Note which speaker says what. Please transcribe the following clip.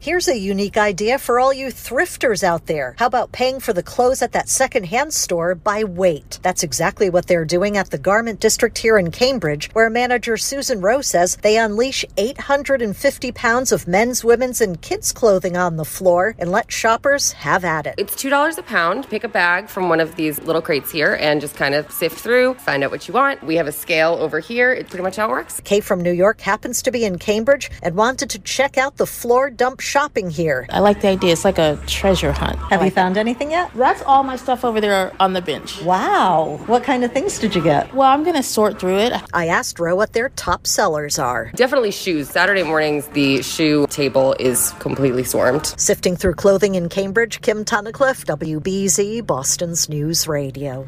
Speaker 1: Here's a unique idea for all you thrifters out there. How about paying for the clothes at that secondhand store by weight? That's exactly what they're doing at the Garment District here in Cambridge, where manager Susan Rowe says they unleash 850 pounds of men's, women's, and kids' clothing on the floor and let shoppers have at it.
Speaker 2: It's $2 a pound. Pick a bag from one of these little crates here and just kind of sift through, find out what you want. We have a scale over here. It's pretty much how it works.
Speaker 1: Kay from New York happens to be in Cambridge and wanted to check out the floor dump shopping here.
Speaker 3: I like the idea. It's like a treasure hunt.
Speaker 1: Have you found anything yet?
Speaker 3: That's all my stuff over there on the bench.
Speaker 1: Wow. What kind of things did you get?
Speaker 3: Well, I'm going to sort through it.
Speaker 1: I asked Roe what their top sellers are.
Speaker 2: Definitely shoes. Saturday mornings, the shoe table is completely swarmed.
Speaker 1: Sifting through clothing in Cambridge, Kim Tunnicliffe, WBZ, Boston's News Radio.